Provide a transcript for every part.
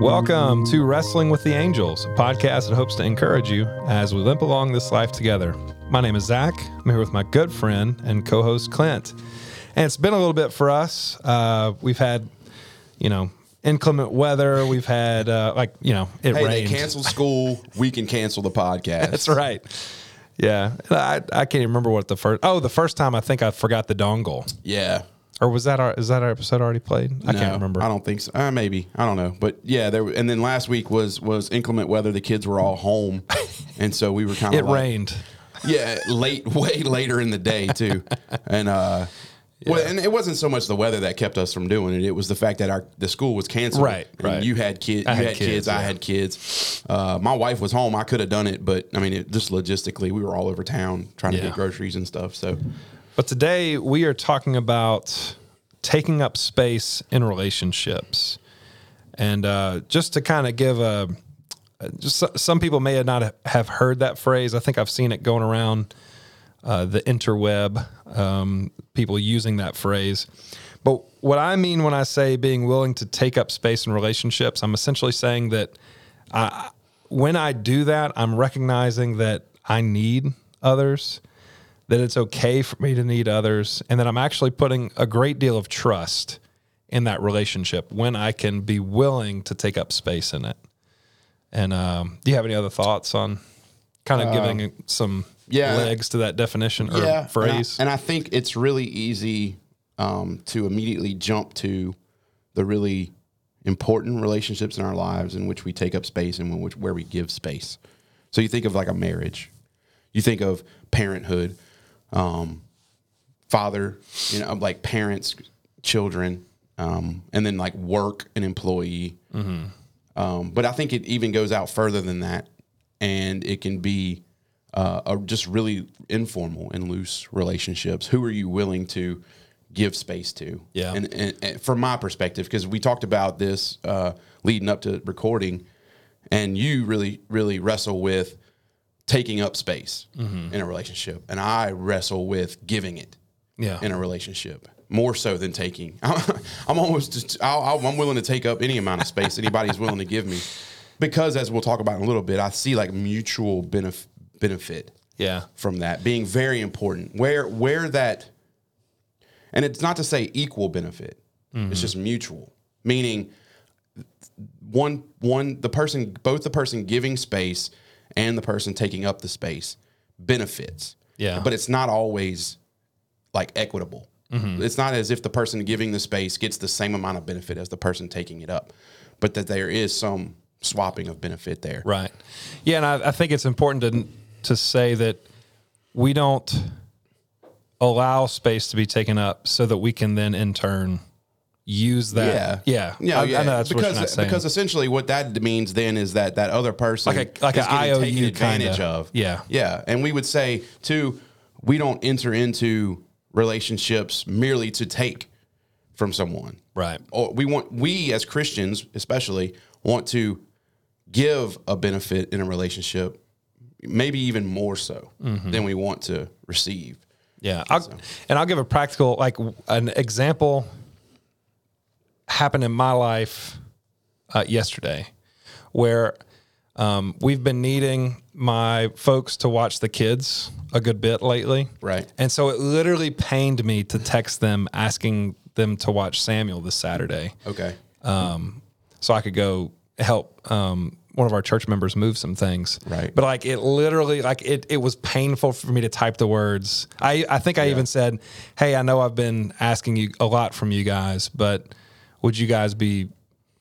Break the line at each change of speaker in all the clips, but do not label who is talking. Welcome to Wrestling with the Angels, a podcast that hopes to encourage you as we limp along this life together. My name is Zach. I'm here with my good friend and co host Clint. And it's been a little bit for us. Uh, we've had, you know, inclement weather. We've had, uh, like, you know, it
Hey,
rained.
they canceled school. we can cancel the podcast.
That's right. Yeah. And I, I can't even remember what the first, oh, the first time I think I forgot the dongle.
Yeah.
Or was that our, is that our episode already played? I
No,
can't remember.
I don't think so. Uh, maybe I don't know, but yeah. There and then last week was was inclement weather. The kids were all home, and so we were kind of
it
like,
rained.
Yeah, late, way later in the day too, and uh, well, and it wasn't so much the weather that kept us from doing it. It was the fact that our the school was canceled.
Right,
And
right.
You had kids. You
I
had,
had
kids.
kids,
I
yeah.
had kids. Uh, my wife was home. I could have done it, but I mean, it, just logistically, we were all over town trying to
Yeah.
get groceries and stuff. So
But today we are talking about taking up space in relationships. And uh, just to kind of give a, just so- some people may not have heard that phrase. I think I've seen it going around uh, the interweb, um, people using that phrase. But what I mean when I say being willing to take up space in relationships, I'm essentially saying that when I do that, I'm recognizing that I need others, that it's okay for me to need others, and that I'm actually putting a great deal of trust in that relationship when I can be willing to take up space in it. And um, do you have any other thoughts on kind of giving some
Uh, yeah.
legs to that definition or
yeah,
phrase?
And I, and I think it's really easy um, to immediately jump to the really important relationships in our lives in which we take up space and in which where we give space. So you think of like a marriage, you think of parenthood, um, father, you know, like parents, children, um, and then like work and employee. Um, but I think it even goes out further than that, and it can be uh, a just really informal and loose relationships. Who are you willing to give space to?
Yeah.
and, and, and from my perspective, because we talked about this uh, leading up to recording, and you really, really wrestle with taking up space in a relationship, and I wrestle with giving it
yeah.
in a relationship more so than taking. I'm almost just, I'll, I'll, I'm willing to take up any amount of space anybody's willing to give me because, as we'll talk about in a little bit, I see like mutual benef- benefit
yeah.
from that being very important. Where where that, and it's not to say equal benefit. It's just mutual, meaning one one the person both the person giving space and the person taking up the space benefits.
Yeah.
but it's not always like equitable. It's not as if the person giving the space gets the same amount of benefit as the person taking it up, but that there is some swapping of benefit there.
Right. Yeah, and I, I think it's important to to say that we don't allow space to be taken up so that we can then in turn use that.
Yeah.
Yeah. I, I know that's
because,
what you're not saying.
Because essentially what that means then is that that other person
Like a- like
is
a
getting taken
IOU
advantage
kinda.
of.
Yeah.
Yeah. And we would say, too, we don't enter into relationships merely to take from someone.
right.
Or we want, we as Christians especially want to give a benefit in a relationship, maybe even more so
Mm-hmm.
than we want to receive.
Yeah. I'll, And I'll give a practical, like w- an example happened in my life uh, yesterday where um, we've been needing my folks to watch the kids a good bit lately.
Right.
And so it literally pained me to text them asking them to watch Samuel this Saturday
Okay.
so I could go help um, one of our church members move some things.
Right.
But like it literally, like it, it was painful for me to type the words. I, I think I even said, "Hey, I know I've been asking you a lot from you guys, but would you guys be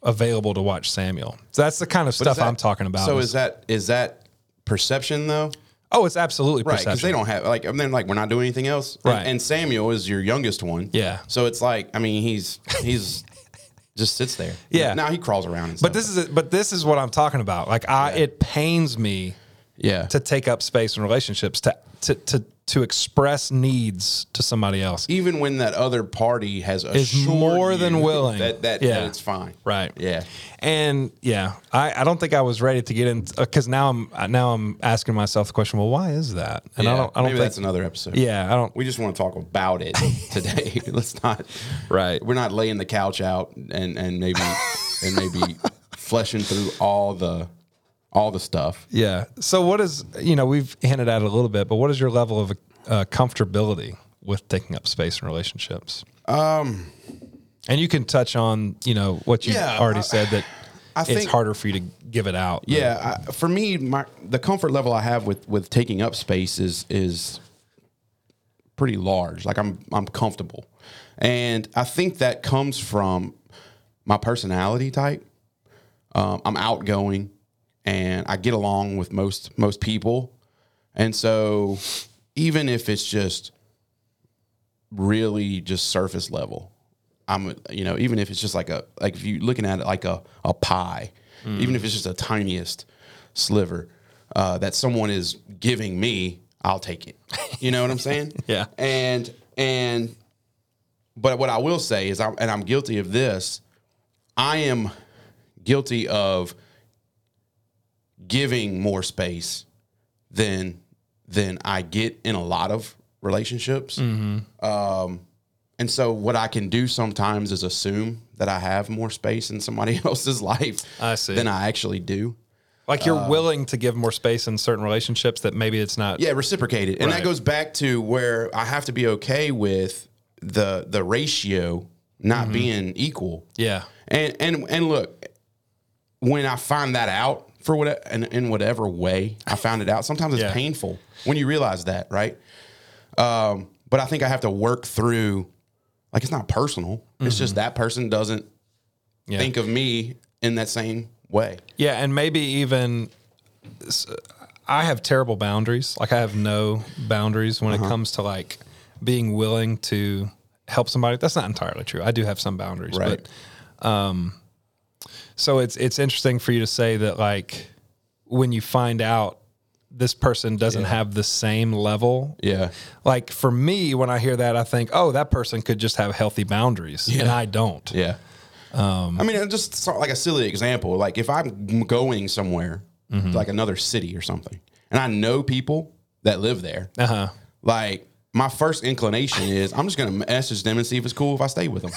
available to watch Samuel?" So that's the kind of stuff
Is that-
I'm talking about.
So is that is that perception though?
oh, it's absolutely
Right, because
perception.
they don't have like and then like we're not doing anything else. And-
Right.
And, Samuel is your youngest one.
Yeah.
So it's like I mean he's he's just sits there.
Yeah.
Now he crawls around. And
but this is but this is what I'm talking about. Like I, it pains me
yeah.
to take up space in relationships to to to to express needs to somebody else.
Even when that other party has assured
more than
you
willing.
that that,
Yeah.
that it's fine.
Right.
Yeah.
And yeah, I, I don't think I was ready to get in because now I'm uh, now I'm asking myself the question. Well, why is that? And I
Yeah.
don't I don't
Maybe
think.
that's another episode.
yeah, I don't.
We just want to talk about it today. Let's not
Right.
We're not laying the couch out and and maybe and maybe fleshing through all the all the stuff.
Yeah. So what is you know we've hinted at it a little bit, but what is your level of uh, comfortability with taking up space in relationships?
Um,
And you can touch on you know what you
Yeah,
have already
I-
said that
I
it's
think-
harder for you to give it out.
yeah. I, for me, my the comfort level I have with with taking up space is is pretty large. Like I'm I'm comfortable, and I think that comes from my personality type. Um, I'm outgoing, and I get along with most most people, and so even if it's just really just surface level. I'm you know even if it's just like a like if you're looking at it like a a pie, even if it's just the tiniest sliver uh, that someone is giving me, I'll take it. You know what I'm saying?
Yeah.
And and but what I will say is I'm and I'm guilty of this. I am guilty of giving more space than than I get in a lot of relationships. Um, and so what I can do sometimes is assume that I have more space in somebody else's life
I see.
than I actually do.
Like you're willing to give more space in certain relationships that maybe it's not.
uh, Yeah, reciprocate it. And
Right.
that goes back to where I have to be okay with the the ratio
Mm-hmm.
not being equal.
Yeah.
And and and look, when I find that out for what and in whatever way I found it out, sometimes it's
Yeah.
painful when you realize that, right? Um, but I think I have to work through like it's not personal. It's just that person doesn't
Mm-hmm. Yeah.
think of me in that same way.
Yeah, and maybe even s- I have terrible boundaries. Like I have no boundaries when
Uh-huh.
it comes to like being willing to help somebody. That's not entirely true. I do have some boundaries,
Right.
but um, so it's it's interesting for you to say that like when you find out this person doesn't have the same level
Yeah.
like for me when i hear that i think oh that person could just have healthy boundaries and i don't
Yeah.
Um,
I mean, I just saw like a silly example. Like if I'm going somewhere,
Mm-hmm.
to like another city or something, and I know people that live there,
uh-huh
like my first inclination is I'm just gonna message them and see if it's cool if I stay with them.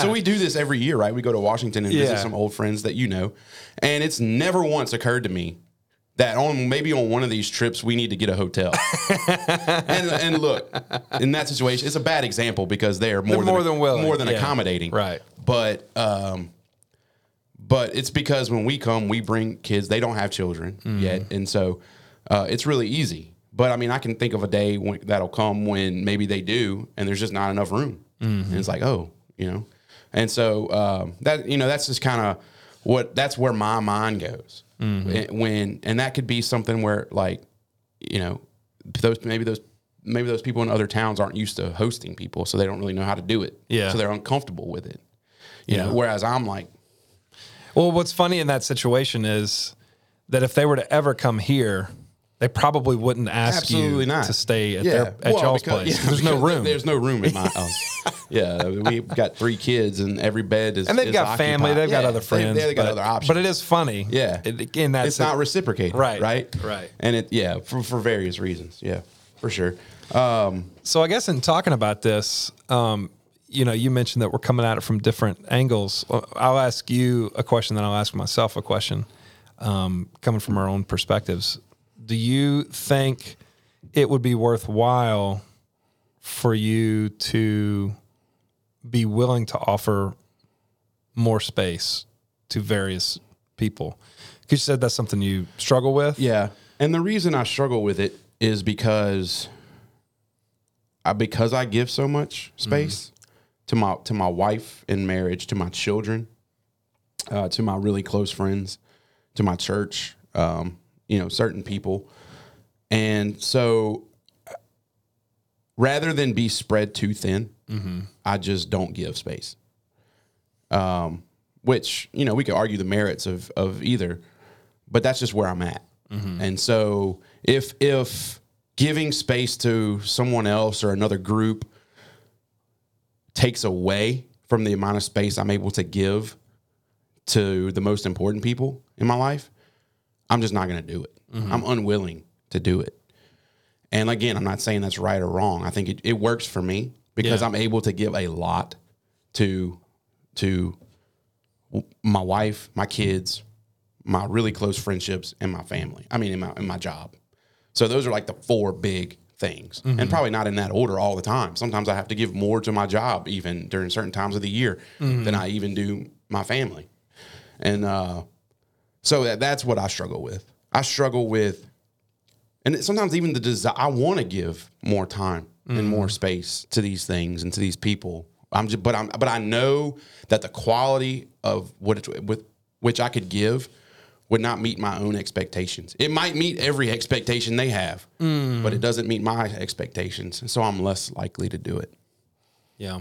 so we do this every year, right? We go to Washington and visit
Yeah.
some old friends that you know, and it's never once occurred to me that on maybe on one of these trips we need to get a hotel. and, and look, in that situation, it's a bad example because they're more
more
than
than willing,
more than
yeah.
accommodating,
Right.
But um, but it's because when we come, we bring kids. They don't have children yet, and so uh, it's really easy. But I mean, I can think of a day when, that'll come when maybe they do, and there's just not enough room, and it's like, oh, you know, and so um, that you know, that's just kind of what that's where my mind goes And when, and that could be something where like, you know, those maybe those. Maybe those people in other towns aren't used to hosting people, so they don't really know how to do it.
Yeah.
so they're uncomfortable with it. You
Yeah.
know, whereas I'm like,
Well, what's funny in that situation is that if they were to ever come here, they probably wouldn't ask
Absolutely
you
not.
to stay at,
Yeah.
their, at
Well,
y'all's
because-
place.
yeah,
there's no
because
room.
There's no room in my house. yeah, we've got three kids, and every bed is.
and they've
is
got family,
occupied.
they've got
Yeah,
other friends.
They, they've got
but,
other options.
But it is funny.
Yeah.
It, in that
it's not reciprocated.
Right,
Right.
right.
And it yeah for for various reasons. Yeah, for sure. Um,
So I guess in talking about this, um, you know, you mentioned that we're coming at it from different angles. Uh, I'll ask you a question, then I'll ask myself a question, um, coming from our own perspectives. Do you think it would be worthwhile for you to be willing to offer more space to various people? Because you said that's something you struggle with.
yeah, and the reason I struggle with it is because I because I give so much space to my to my wife in marriage, to my children, uh, to my really close friends, to my church, um, you know, certain people. And so uh, rather than be spread too thin, I just don't give space. Um, which, you know, we could argue the merits of, of either, but that's just where I'm at. And so if, if giving space to someone else or another group takes away from the amount of space I'm able to give to the most important people in my life, I'm just not going to do it. I'm unwilling to do it. And again, I'm not saying that's right or wrong. I think it, it works for me because
Yeah.
I'm able to give a lot to to w- my wife, my kids, my really close friendships, and my family. I mean, in my, in my job. So those are like the four big things, and probably not in that order all the time. Sometimes I have to give more to my job, even during certain times of the year, than I even do my family. And uh, so that, that's what I struggle with. I struggle with, and it- sometimes even the desire, I want to give more time and
Mm.
more space to these things and to these people. I'm just, but I'm, but I know that the quality of what it, with which I could give would not meet my own expectations. It might meet every expectation they have,
Mm.
but it doesn't meet my expectations. So I'm less likely to do it.
Yeah.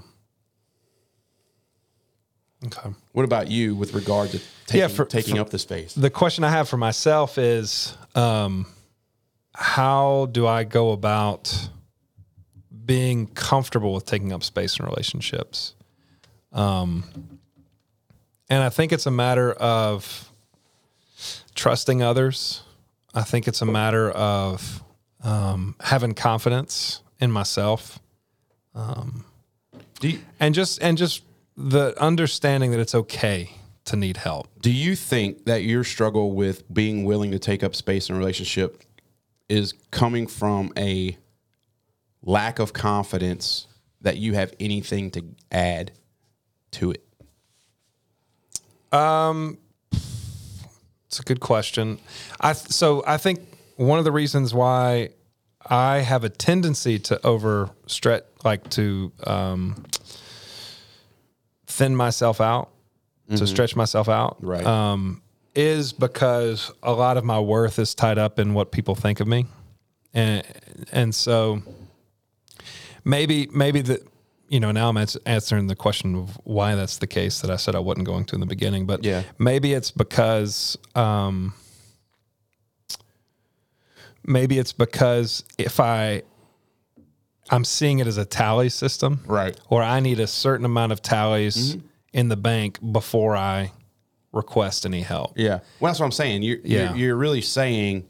Okay.
What about you with regard to taking,
Yeah, for-
taking
for-
up the space?
the question I have for myself is um, how do I go about being comfortable with taking up space in relationships? Um, and I think it's a matter of trusting others. I think it's a matter of um, having confidence in myself
Do you,
and just and just the understanding that it's okay to need help.
Do you think that your struggle with being willing to take up space in a relationship is coming from a lack of confidence that you have anything to add to it?
It's a good question. I th- so I think one of the reasons why I have a tendency to overstretch, like to um, thin myself out, to stretch myself out,
Mm-hmm. Right.
Um, is because a lot of my worth is tied up in what people think of me, and and so maybe maybe the you know now I'm ans- answering the question of why that's the case that I said I wasn't going to in the beginning, but
Yeah.
maybe it's because um, maybe it's because if I I'm seeing it as a tally system,
Right. Mm-hmm.
Or I need a certain amount of tallies in the bank before I request any help.
Yeah. Well, that's what I'm saying. You're,
Yeah.
you're, you're really saying,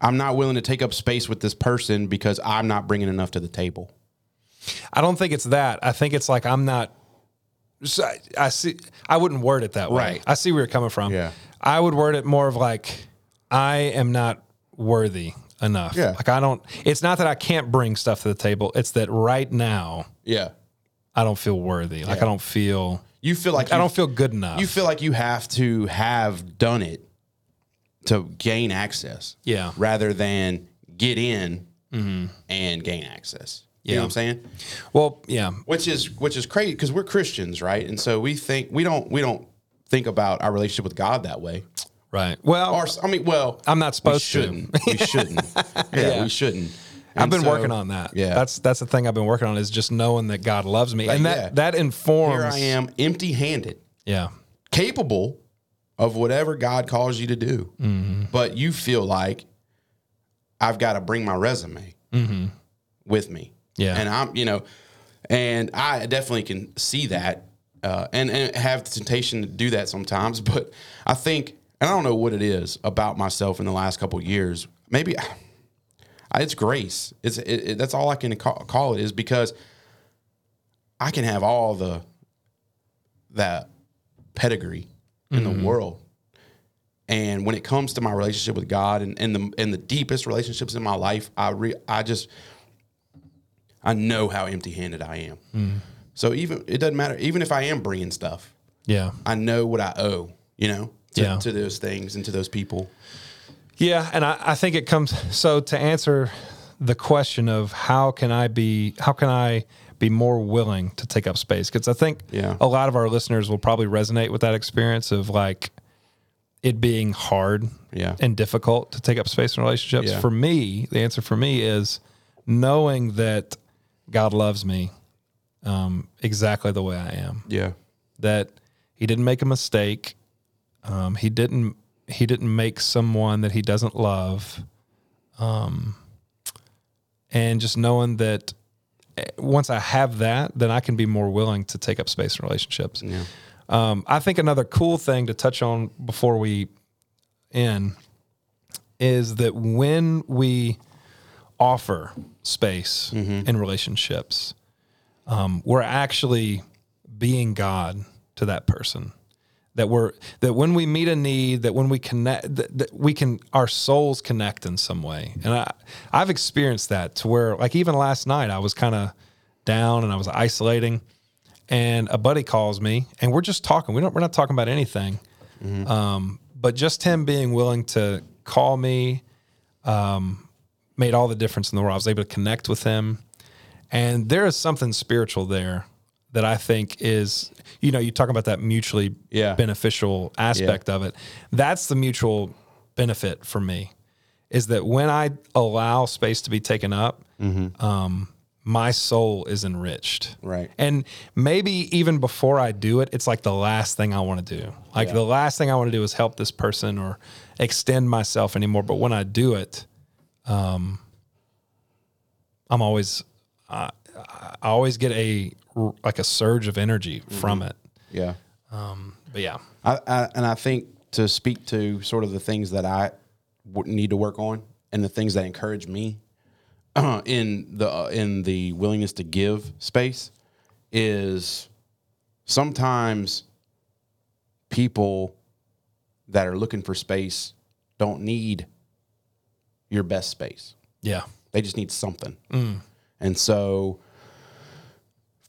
I'm not willing to take up space with this person because I'm not bringing enough to the table.
I don't think it's that. I think it's like I'm not. so I, I see. I wouldn't word it that way.
Right.
I see where you're coming from.
Yeah.
I would word it more of like I am not worthy enough.
Yeah.
Like I don't. It's not that I can't bring stuff to the table. It's that right now
Yeah.
I don't feel worthy. Like I don't feel.
You feel like
I
you-
don't feel good enough.
you feel like you have to have done it to gain access.
Yeah.
Rather than get in
Mm-hmm.
and gain access. You know what I'm saying?
well, yeah.
Which is which is crazy because we're Christians, right? And so we think we don't we don't think about our relationship with God that way.
Right. Well,
Or s- I mean, well,
I'm not supposed
we
to.
shouldn't. we shouldn't. Yeah, we shouldn't.
I've
And
been
so
working on that.
yeah.
That's that's the thing I've been working on is just knowing that God loves me, and that
yeah.
that informs.
Here I am, empty-handed.
Yeah.
capable of whatever God calls you to do, but you feel like I've got to bring my resume with me.
Yeah.
and I'm you know, and I definitely can see that, uh, and and have the temptation to do that sometimes. But I think, and I don't know what it is about myself in the last couple of years. Maybe I- it's grace. It's it, it, that's all I can call, call it is because I can have all the that pedigree in the world. And when it comes to my relationship with God and, and the and the deepest relationships in my life, I re, I just I know how empty-handed I am. So even it doesn't matter. Even if I am bringing stuff,
Yeah.
I know what I owe. You know, to,
Yeah.
to those things and to those people.
Yeah, and I, I think it comes so to answer the question of how can I be how can I be more willing to take up space because I think
Yeah.
a lot of our listeners will probably resonate with that experience of like it being hard
Yeah.
and difficult to take up space in relationships.
Yeah.
For me, the answer for me is knowing that God loves me um, exactly the way I am
Yeah,
that he didn't make a mistake. Um, he didn't he didn't make someone that he doesn't love. Um, and just knowing that eh, once I have that, then I can be more willing to take up space in relationships. Um, I think another cool thing to touch on before we end is that when we offer space in relationships, um, we're actually being God to that person. that we're that when we meet a need that when we connect that, that we can our souls connect in some way and i i've experienced that to where like even last night i was kind of down and i was isolating and a buddy calls me and we're just talking we don't we're not talking about anything um, but just him being willing to call me um, made all the difference in the world. I was able to connect with him. And there is something spiritual there that I think is, you know, you talk about that mutually
Yeah.
beneficial aspect of it. That's the mutual benefit for me is that when I allow space to be taken up, um, my soul is enriched.
Right.
And maybe even before I do it, it's like the last thing I want to do. Like the last thing I want to do is help this person or extend myself anymore. But when I do it, um, I'm always uh, I always get a like a surge of energy
Mm-hmm.
from it.
Yeah.
But yeah,
I, I, and I think to speak to sort of the things that I w- need to work on and the things that encourage me in the uh, in the willingness to give space is sometimes people that are looking for space don't need your best space.
yeah,
They just need something. And so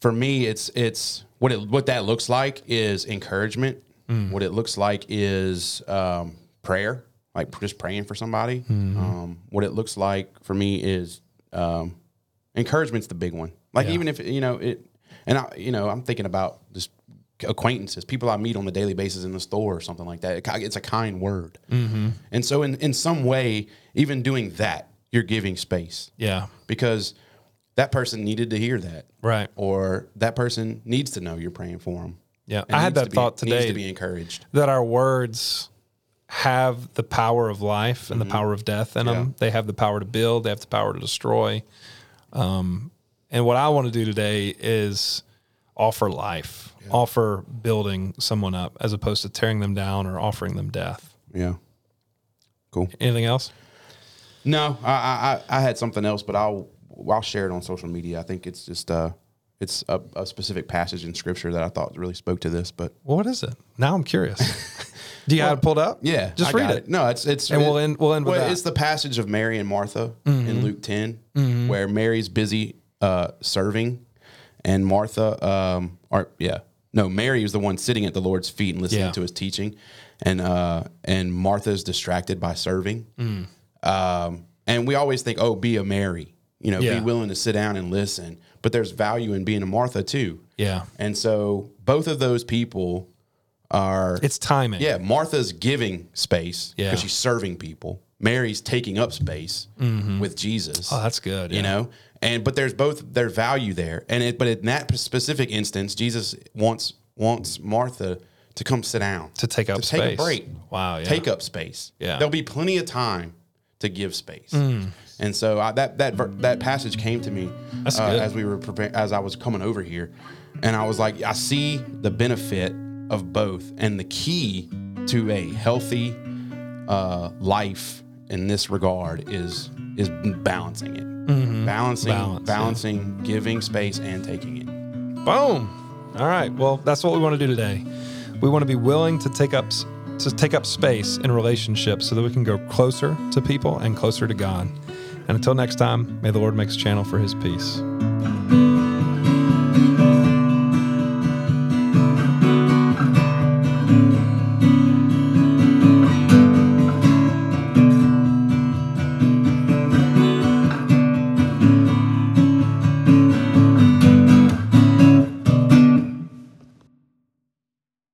for me, it's it's what it what that looks like is encouragement. What it looks like is um, prayer, like just praying for somebody. Um, what it looks like for me is um, encouragement's the big one. Like even if you know it, and I you know I'm thinking about just acquaintances, people I meet on a daily basis in the store or something like that. It ki- It's a kind word, and so in in some way, even doing that, you're giving space
yeah,
because that person needed to hear that,
right,
or that person needs to know you're praying for them.
yeah. I had that thought
Needs
today
to be encouraged.
that our words have the power of life
Mm-hmm.
and the power of death in them. They have the power to build. They have the power to destroy. Um, and what I want to do today is offer life, offer building someone up as opposed to tearing them down or offering them death.
Yeah. Cool.
Anything else?
No, I, I I- I had something else, but I'll I'll share it on social media. I think it's just uh it's a, a specific passage in scripture that I thought really spoke to this, but
What is it? Now I'm curious. Do you have it pulled up?
yeah,
Just
I
read
got
it.
No, it's it's
And we'll end- we'll end with that. Mm-hmm.
It's the passage of Mary and Martha in Luke 10 where Mary's busy uh, serving, and Martha, um, or yeah, no, Mary is the one sitting at the Lord's feet and listening
Yeah.
to his teaching, and uh, and Martha's distracted by serving.
Mm.
Um, and we always think, oh, be a Mary, you know,
Yeah.
be willing to sit down and listen. But there's value in being a Martha too.
Yeah.
And so both of those people are
It's timing.
yeah, Martha's giving space because
Yeah.
she's serving people. Mary's taking up space with Jesus.
Oh, that's good.
you
yeah.
know, and but there's both their value there, and it, but in that specific instance, Jesus wants wants Martha to come sit down
to take up
to
space.
take a break,
Wow. Yeah.
take up space.
Yeah. Mm.
there'll be plenty of time to give space. And so I, that that ver- that passage came to me
That's
uh,
good.
as we were preparing, as I was coming over here, and I was like, I see the benefit of both, and the key to a healthy uh, life in this regard is is balancing it, balancing
Mm-hmm. Balance, yeah.
balancing giving space and taking it.
Boom. All right. Well, that's what we want to do today. We want to be willing to take up s- to take up space in relationships so that we can go closer to people and closer to God. And until next time, may the Lord make us channel for his peace.